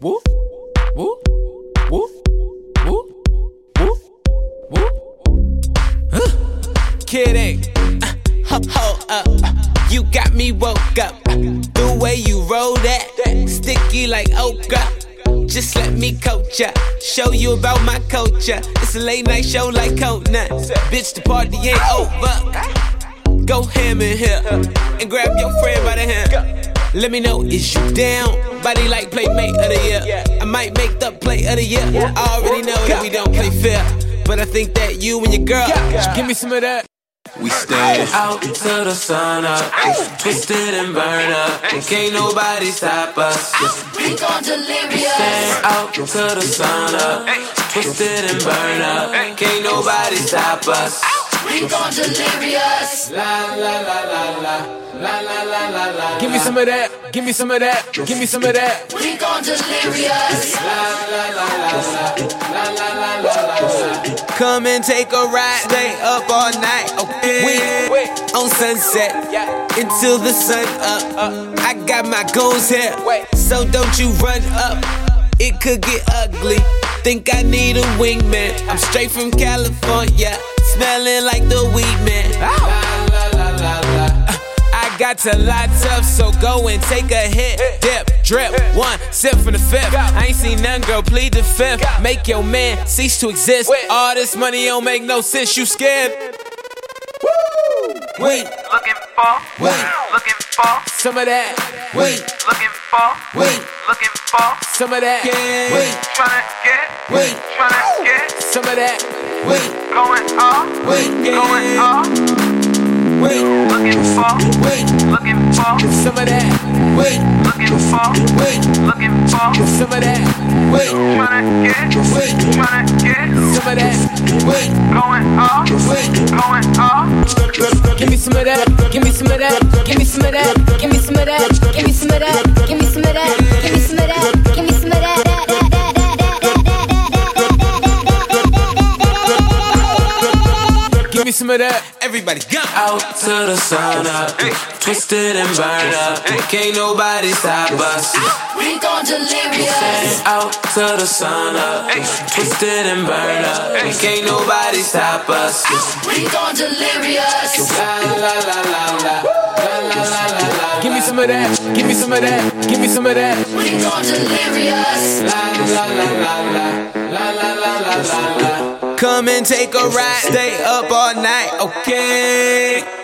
woo, woo, woo, woo, woo, woo. Huh? Kid A, uh, ho, ho, up. uh, you got me woke up. Uh, the way you roll that, sticky like okra. Just let me coach ya, show you about my culture. It's a late night show like Conan. Bitch, the party ain't over. Go ham in here and grab your friend by the hand. Let me know is you down. Body like playmate of the year. I might make the play of the year. I already know that we don't play fair, but I think that you and your girl should give me some of that. We stand out till the sun up, twisted and burn up, and can't nobody stop us. We gon' delirious. Stand out till the sun up, twisted and burn up, can't nobody stop us. We gon' delirious. Give me some of that. Give me some of that. Give me some of that. We gon' delirious. Come and take a ride, stay up all night. Okay. We on sunset until the sun up. I got my goals here, so don't you run up. It could get ugly. Think I need a wingman. I'm straight from California, smelling like the weed man. I got to lot tough, so go and take a hit. Dip, drip, one sip from the fifth. I ain't seen none, girl, plead the fifth. Make your man cease to exist. All this money don't make no sense, you scared. Wait, Looking for, wait, looking for, some of that. Wait, looking for, wait, looking for, some of that. Wait, tryna get, wait, tryna get, some of that. Wait, going off, wait, going yeah. off, Wait, looking for, wait, looking for, some of that. Wait, looking for, wait, looking for, some of that. Wait, tryna get, wait, tryna get, some of that. Wait. going off, Wait. going off, Give me some of that, give me some of that, give me some of that, give me some of that, give me some of that, give me some of that, give me some of that. Give me some of that. Give me some of that. Everybody go. Out till the sun up, twisted and burn up, can't nobody stop us. We gon' delirious. Out till the sun up, twisted and burn up, can't nobody stop us. We gon' delirious. Give me some of that. Give me some of that. Give me some of that. We gon' delirious. Come and take a ride. Stay up all night, okay?